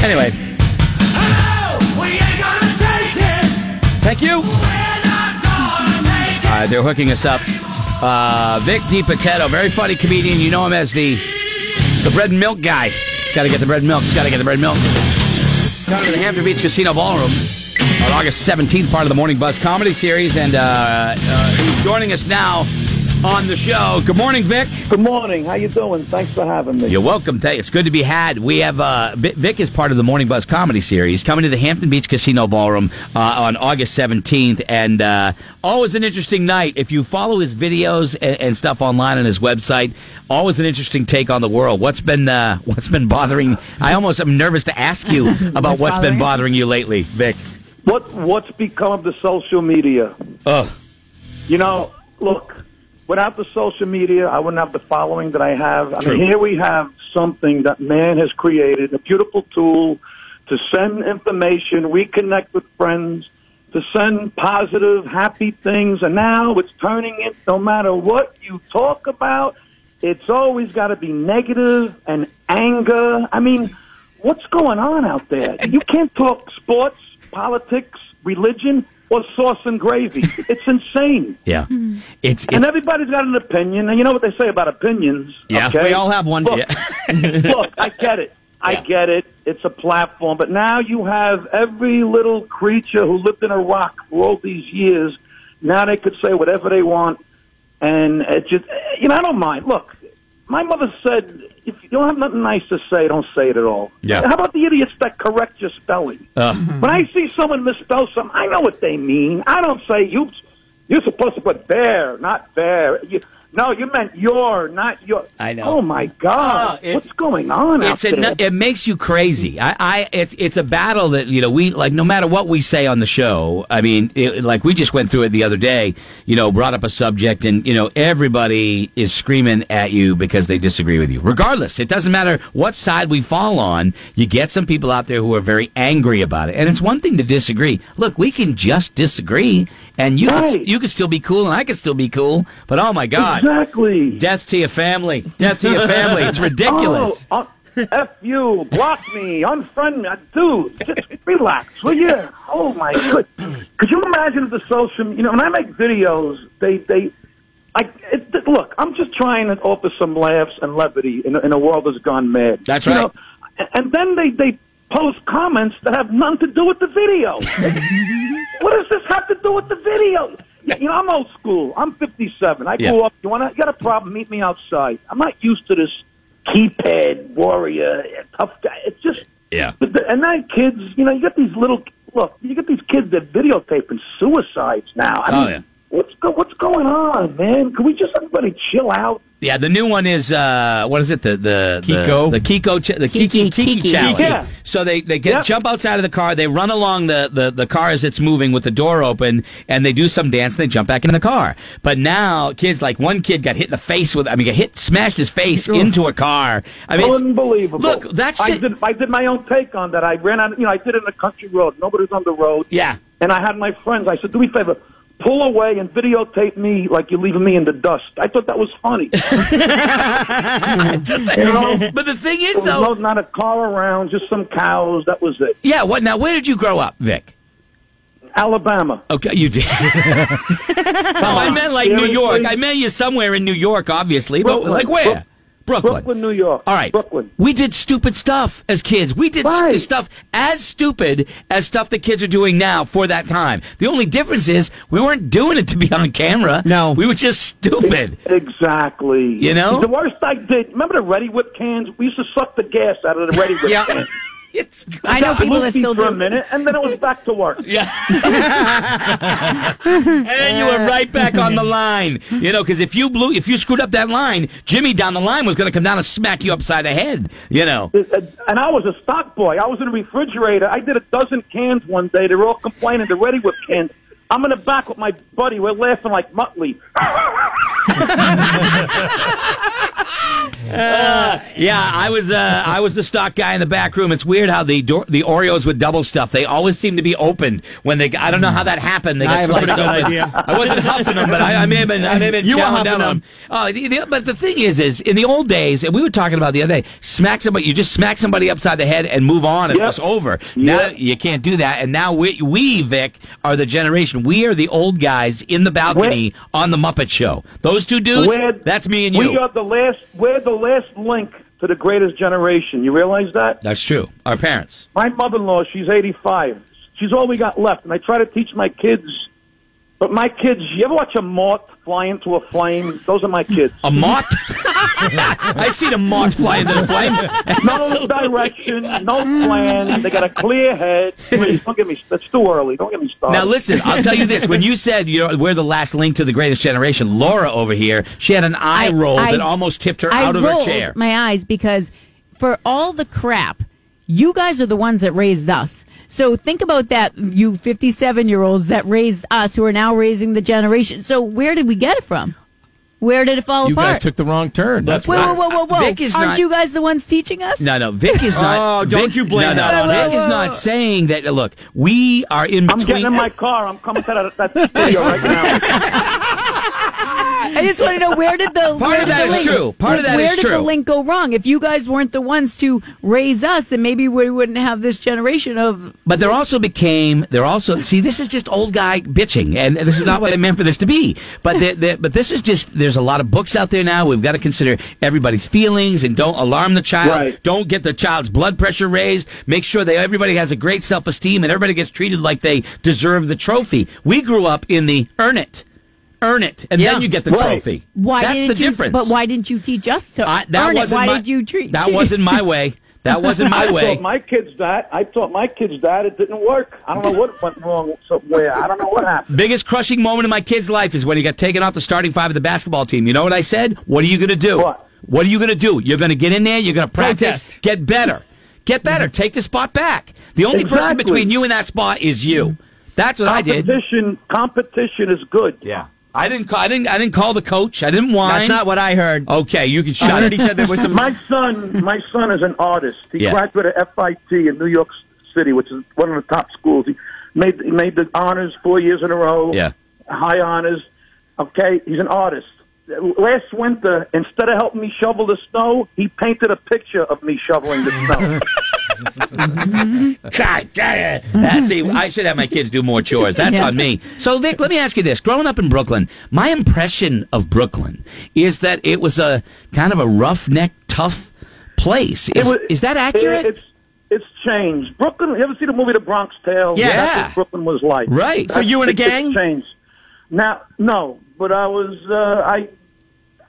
Anyway, thank you. Uh, they're hooking us up. Uh, Vic DiPatetto, very funny comedian. You know him as the the bread and milk guy. Got to get the bread and milk. Got to get the bread and milk. Coming to the Hampton Beach Casino Ballroom on August 17th, part of the Morning Buzz comedy series, and uh, uh, he's joining us now on the show. Good morning, Vic. Good morning. How you doing? Thanks for having me. You're welcome. Thank- It's good to be had. We have uh, Vi- Vic is part of the Morning Buzz comedy series coming to the Hampton Beach Casino Ballroom uh, on August 17th, and uh, always an interesting night. If you follow his videos and, and stuff online on his website, always an interesting take on the world. What's been uh, what's been bothering? I almost am nervous to ask you about What's what's been bothering bothering? you lately, Vic. What What's become of the social media? Oh, You know, look, without the social media, I wouldn't have the following that I have. I True. mean, here we have something that man has created, a beautiful tool to send information, reconnect with friends, to send positive, happy things, and now it's turning it, no matter what you talk about, it's always got to be negative and anger. I mean, what's going on out there? You can't talk sports, politics, religion, or sauce and gravy. It's insane. yeah. It's, And it's everybody's got an opinion, and you know what they say about opinions. yeah. okay? We all have one. Look, Yeah. look, I get it. I Yeah. get it. It's a platform, but now you have every little creature who lived in a rock for all these years. Now they could say whatever they want, and it just you know I don't mind. Look, my mother said if you don't have nothing nice to say, don't say it at all. Yeah. Uh, How about the idiots that correct your spelling? Oh. When I see someone misspell something, I know what they mean. I don't say you. You're supposed to put there, not there. You, no, you meant your, not your. I know. Oh my Ah, God! it's- What's going on It's out a, there? it makes you crazy. I, I it's it's a battle that you know we like no matter what we say on the show. I mean, it, like we just went through it the other day. You know, brought up a subject, and you know everybody is screaming at you because they disagree with you. Regardless, it doesn't matter what side we fall on. You get some people out there who are very angry about it, and it's one thing to disagree. Look, we can just disagree, and you Right. could, you could still be cool, and I could still be cool. But oh my god, exactly. death to your family, death to your family. It's ridiculous. Oh, uh, F you, block me, unfriend me. Uh, Dude, just relax, will you? Oh, my good. Could you imagine if the social, you know, when I make videos, they, they, I, it, th- look, I'm just trying to offer some laughs and levity in, a- in a world that's gone mad. That's You right. know, a- and then they, they post comments that have none to do with the video. what does this have to do with the video? You you know, I'm old school. I'm 57. I Yeah. grew up. You want to? You got a problem? Meet me outside. I'm not used to this keypad warrior, tough guy. It's just Yeah. But the, and now kids, you know, you got these little look. You get these kids that videotaping suicides now. I Oh, mean, yeah. What's go, what's going on, man? Can we just everybody chill out? Yeah, the new one is uh, what is it? The the the- Kiko? the, Kiko, cha- the Kiki, Kiki, Kiki. challenge. Yeah. So they they get Yep. jump outside of the car, they run along the, the the car as it's moving with the door open, and they do some dance, and they jump back in the car. But now kids, like one kid got hit in the face with, I mean, got hit, smashed his face into a car. I mean, it's- Unbelievable. Look, that's I just, did. I did my own take on that. I ran out. You know, I did it in a country road. Nobody's on the road. yeah. And I had my friends. I said, "Do me a favor, pull away and videotape me like you're leaving me in the dust." I thought that was funny. you know, there But the thing is, was though, no, not a car around, just some cows. That was it. yeah. What now? Where did you grow up, Vic? Alabama. Okay, you did. no, I meant like New Seriously? York. I meant you somewhere in New York, obviously. But Brooklyn. like where? Brook- Brooklyn, New York. All right. Brooklyn. We did stupid stuff as kids. We did s- Right. stuff as stupid as stuff the kids are doing now for that time. The only difference is we weren't doing it to be on camera. No. We were just stupid. Exactly. You know? the worst I did. Remember the Ready Whip cans? We used to suck the gas out of the Ready Whip yeah. cans. it's good. I know people that Loopy still for a do. minute, and then it was back to work. Yeah. and then you were right back on the line. You know, because if you blew, if you screwed up that line, Jimmy down the line was going to come down and smack you upside the head. You know. And I was a stock boy. I was in a refrigerator. I did a dozen cans one day. They were all complaining. The Ready Whip cans. I'm in the back with my buddy. We're laughing like Muttley. Uh, yeah, I was uh, I was the stock guy in the back room. It's weird how the door, the Oreos with double stuff. They always seem to be opened when they. I don't know how that happened. They I got have a sliced pretty open. good idea. I wasn't huffing them, but I, I may have been. I may have been You were chowing huffing down on them. Oh, the, the, but the thing is, is in the old days, and we were talking about the other day, smack somebody. You just smack somebody upside the head and move on, and Yep. it's over. Now Yep. you can't do that. And now we, we Vic, are the generation. We are the old guys in the balcony on the Muppet Show. Those two dudes. We're- that's me and We you. are the last. We're the last link to the greatest generation. You realize that? That's true. Our parents. My mother-in-law, she's 85. She's all we got left, and I try to teach my kids. But my kids, you ever watch a moth fly into a flame? Those are my kids. A moth. I seen a moth fly into the flame. No direction, no plan. They got a clear head. Please don't get me. That's too early. Don't get me started. Now listen, I'll tell you this: when you said you're, we're the last link to the greatest generation, Laura over here, she had an eye I- roll I- that almost tipped her I out of her rolled chair. My eyes because for all the crap, you guys are the ones that raised us. So think about that, you fifty-seven-year-olds that raised us, who are now raising the generation. So where did we get it from? Where did it fall You apart? guys took the wrong turn. That's whoa, what- whoa, whoa, whoa, whoa! Vic is Aren't not- you guys the ones teaching us? No, no, Vic is not. Oh, don't Vic- you blame no, that no, on Vic us. is not saying that. Look, we are in I'm between. getting in my car. I'm coming to that, that studio right now. I just want to know where did the Part where of did that the is link- true. Part of like, that where is did the true. link go wrong? If you guys weren't the ones to raise us, then maybe we wouldn't have this generation of But there also became there also see this is just old guy bitching, and this is not what I meant for this to be. But the, the, but this is just there's a lot of books out there now. We've got to consider everybody's feelings and don't alarm the child. Right. Don't get the child's blood pressure raised. Make sure that everybody has a great self esteem and everybody gets treated like they deserve the trophy. We grew up in the earn it, earn it, and Yeah. then you get the Right. trophy. why That's didn't the you, difference. But why didn't you teach us to I, that earn it? wasn't Why my, did you treat that teach- wasn't my way. That wasn't my I way. taught my kids that. I taught my kids that. It didn't work. I don't know what went wrong somewhere. I don't know what happened. Biggest crushing moment in my kid's life is when he got taken off the starting five of the basketball team. You know what I said? What are you going to do? What? are you going to do? You're going to get in there. You're going to practice. Protest. Get better. Get better. Take the spot back. The only person Mm-hmm. Exactly. Mm-hmm. between you and that spot is you. That's what I did. Competition, competition is good. Yeah. I didn't. Call, I didn't. I didn't call the coach. I didn't whine. That's not what I heard. Okay, you can I shut heard he it. said there was some. My son, my son is an artist. He Yeah. graduated at FIT in New York City, which is one of the top schools. He made he made the honors four years in a row. Yeah. high honors. Okay, he's an artist. Last winter, instead of helping me shovel the snow, he painted a picture of me shoveling the snow. God damn it. That's see, I should have my kids do more chores. That's Yeah. on me. So, Vic, let me ask you this. Growing up in Brooklyn, my impression of Brooklyn is that it was a kind of a roughneck, tough place. Is, It was- is that it- accurate? it's it's changed. Brooklyn. You ever see the movie The Bronx Tale? Yeah. That's what Brooklyn was like. Right. So you in a It's- it's gang? Changed. Now, no, but I was. Uh, I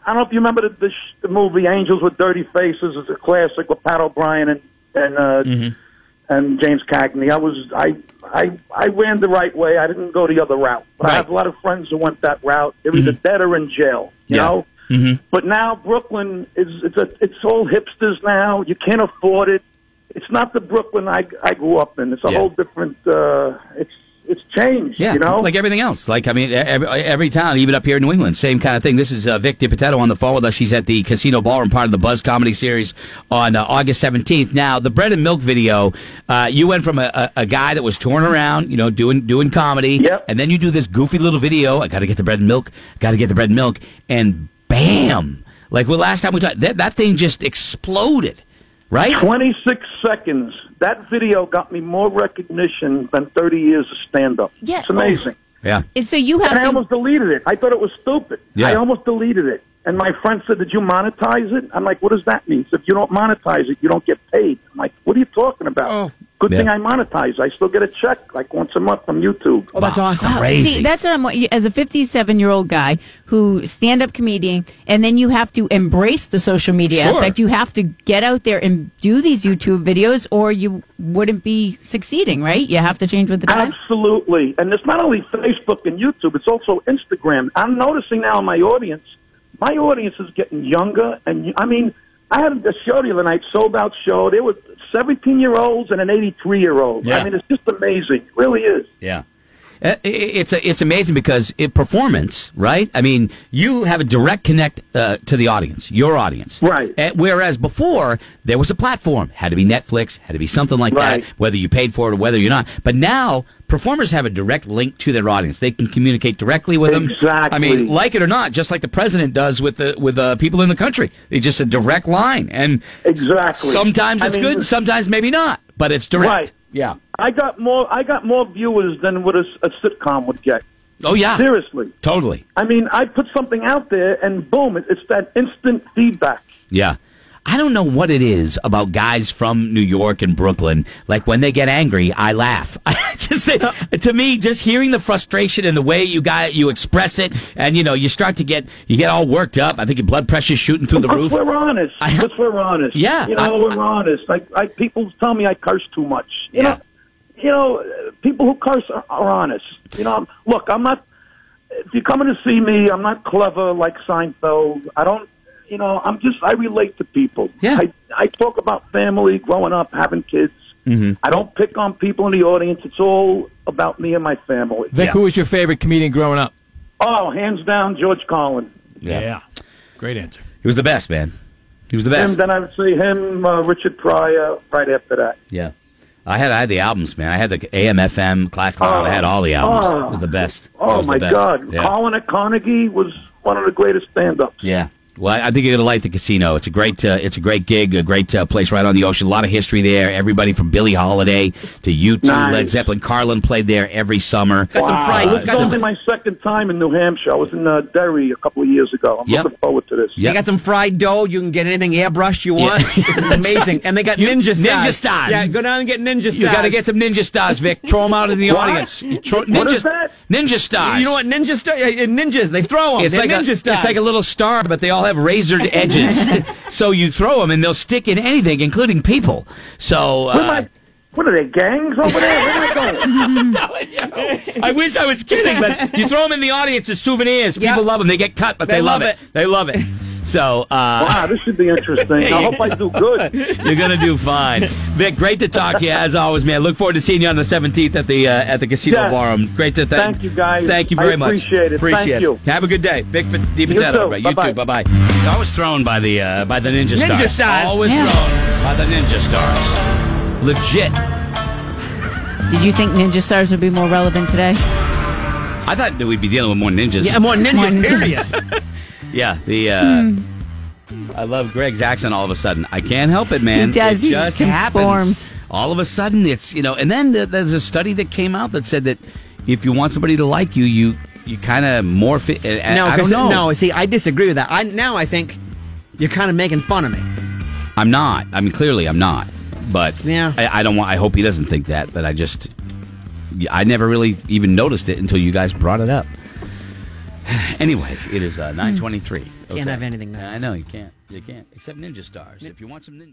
I don't know if you remember the, the, sh- the movie Angels with Dirty Faces. It's a classic with Pat O'Brien and and uh, Mm-hmm. and James Cagney. I was I I I ran the right way. I didn't go the other route. But I Right. Mm-hmm. have a lot of friends who went that route. They're either dead or in jail. You Yeah. Mm-hmm. know. But now Brooklyn is it's a, it's all hipsters now. You can't afford it. It's not the Brooklyn I I grew up in. It's a Yeah. whole different. Uh, it's it's changed. yeah, You know. like everything else. Like I mean, e- every, every town, even up here in New England, same kind of thing. This is uh, Vic DiPotetto on the phone with us. He's at the Casino Ballroom, part of the Buzz Comedy Series on uh, August seventeenth. Now, the bread and milk video, uh, you went from a, a, a guy that was touring around, you know, doing doing comedy, Yep. and then you do this goofy little video. I got to get the bread and milk. Got to get the bread and milk, and bam! Like well, last time we talked, that, that thing just exploded, right? 26 seconds. That video got me more recognition than 30 years of stand up. Yeah. It's amazing. Yeah. And so you have And I to. almost deleted it. I thought it was stupid. Yeah. I almost deleted it. And my friend said, Did you monetize it? I'm like, What does that mean? So if you don't monetize it, you don't get paid. I'm like, What are you talking about? Oh. Good Yeah. thing I monetize. I still get a check like once a month from YouTube. oh, that's awesome. Wow, Crazy. uh, See, that's what I'm. As a 57 year old guy who stand up comedian, and then you have to embrace the social media Sure. aspect. You have to get out there and do these YouTube videos, or you wouldn't be succeeding, right? You have to change with the times. Absolutely. And it's not only Facebook and YouTube, it's also Instagram. I'm noticing now in my audience, my audience is getting younger. And I mean, I had a show the other night, sold out show. There were 17 year olds and an 83 year old. Yeah. I mean, it's just amazing. It really is. Yeah. uh, i- it's a, it's amazing because it performance, right? I mean, you have a direct connect uh, to the audience, your audience, Right. Uh, whereas before there was a platform, had to be Netflix, had to be something like Right. that, whether you paid for it or whether you're not. But now performers have a direct link to their audience; they can communicate directly with them. I mean, Exactly. like it or not, just like the president does with the with the people in the country, it's just a direct line and. Exactly. Sometimes I it's mean, good, sometimes maybe not, but it's direct. Right. Yeah. I got more. I got more viewers than what a, s- a sitcom would get. Oh yeah. Seriously. Totally. I mean, I put something out there, and boom, it- it's that instant feedback. Yeah. I don't know what it is about guys from New York and Brooklyn. Like when they get angry, I laugh. I just say, to me, just hearing the frustration and the way you got you express it, and you know, you start to get you get all worked up. I think your blood pressure's shooting through the Because roof. we're honest. I- Because we're honest. Yeah, You know, I- we're honest. Like, like people tell me I curse too much. You Yeah. know, you know, uh, people who curse are, are honest. You know, I'm, look, I'm not. If you're coming to see me, I'm not clever like Seinfeld. I don't. You know, I'm just. I relate to people. Yeah. I, I talk about family, growing up, having kids. Mm-hmm. I don't pick on people in the audience. It's all about me and my family. Vic, Yeah. who was your favorite comedian growing up? Oh, hands down, George Collin. Great answer. He was the best, man. He was the Him, best. then I would say him, uh, Richard Pryor, right after that. Yeah. I had I had the albums, man. I had the AM FM Class Cloud. I had all the albums. it was the best. It Oh was the my best. God, Yeah. Colin at Carnegie was one of the greatest stand-ups. Yeah. Well, I I think you're gonna like the casino. It's a great, uh, it's a great gig, a great uh, place right on the ocean. A lot of history there. Everybody from Billie Holiday to U2, Nice. Led Zeppelin, Carlin played there every summer. That's Wow. This is That's only my second time in New Hampshire. I was in uh, Derry a couple of years ago. I'm Yep. looking forward to this. Yep. They got some fried dough. You can get anything airbrushed you want. It's amazing. And they got You- ninja stars. ninja stars. Yeah, go down and get ninja stars. you got to get some ninja stars, Vic. Throw them out in the What? audience. Throw- ninja, What is that? Ninja stars. You know what ninja star? yeah, yeah, Ninjas. They throw them. It's like, ninja a, it's stars. like a little star, but they all have razored edges. so you throw them, and they'll stick in anything, including people. So Where am uh, I- What are they gangs over there? Where am I going? I wish I was kidding, but you throw them in the audience as souvenirs. Yeah. People love them. They get cut, but they, They love, love it. They love it. So uh, Wow, this should be interesting. I hope I do good. you're gonna do fine, Vic. Great to talk to you as always, man. Look forward to seeing you on the 17th at the uh, at the Casino Yes. Barroom. Great to thank Thank you, guys. Thank you I very much. appreciate it. Appreciate Thank it. you. Have a good day, Vic. Pat- Di Patetta. too. Right, You too. Bye Bye-bye. bye. I was thrown by the uh, by the ninja stars. Ninja stars. Always Yeah. thrown by the ninja stars. Legit. Did you think Ninja Stars would be more relevant today? I thought that we'd be dealing with more ninjas. yeah, more ninjas. More ninjas. Period. Yeah, the uh, Hmm. I love Greg's accent all of a sudden. I can't help it, man. He does. It He just conforms. happens. All of a sudden, it's you know. And then th- there's a study that came out that said that if you want somebody to like you, you you kind of morph it. and- and no, I 'cause- don't know. no. See, I disagree with that. I now I think you're kind of making fun of me. I'm not. I mean, clearly, I'm not. But Yeah. I, I don't want. I hope he doesn't think that. But I just, I never really even noticed it until you guys brought it up. anyway, it is uh, nine twenty-three. Hmm. Can't have anything nice. I know you can't. You can't. Except ninja stars. If you want some ninja.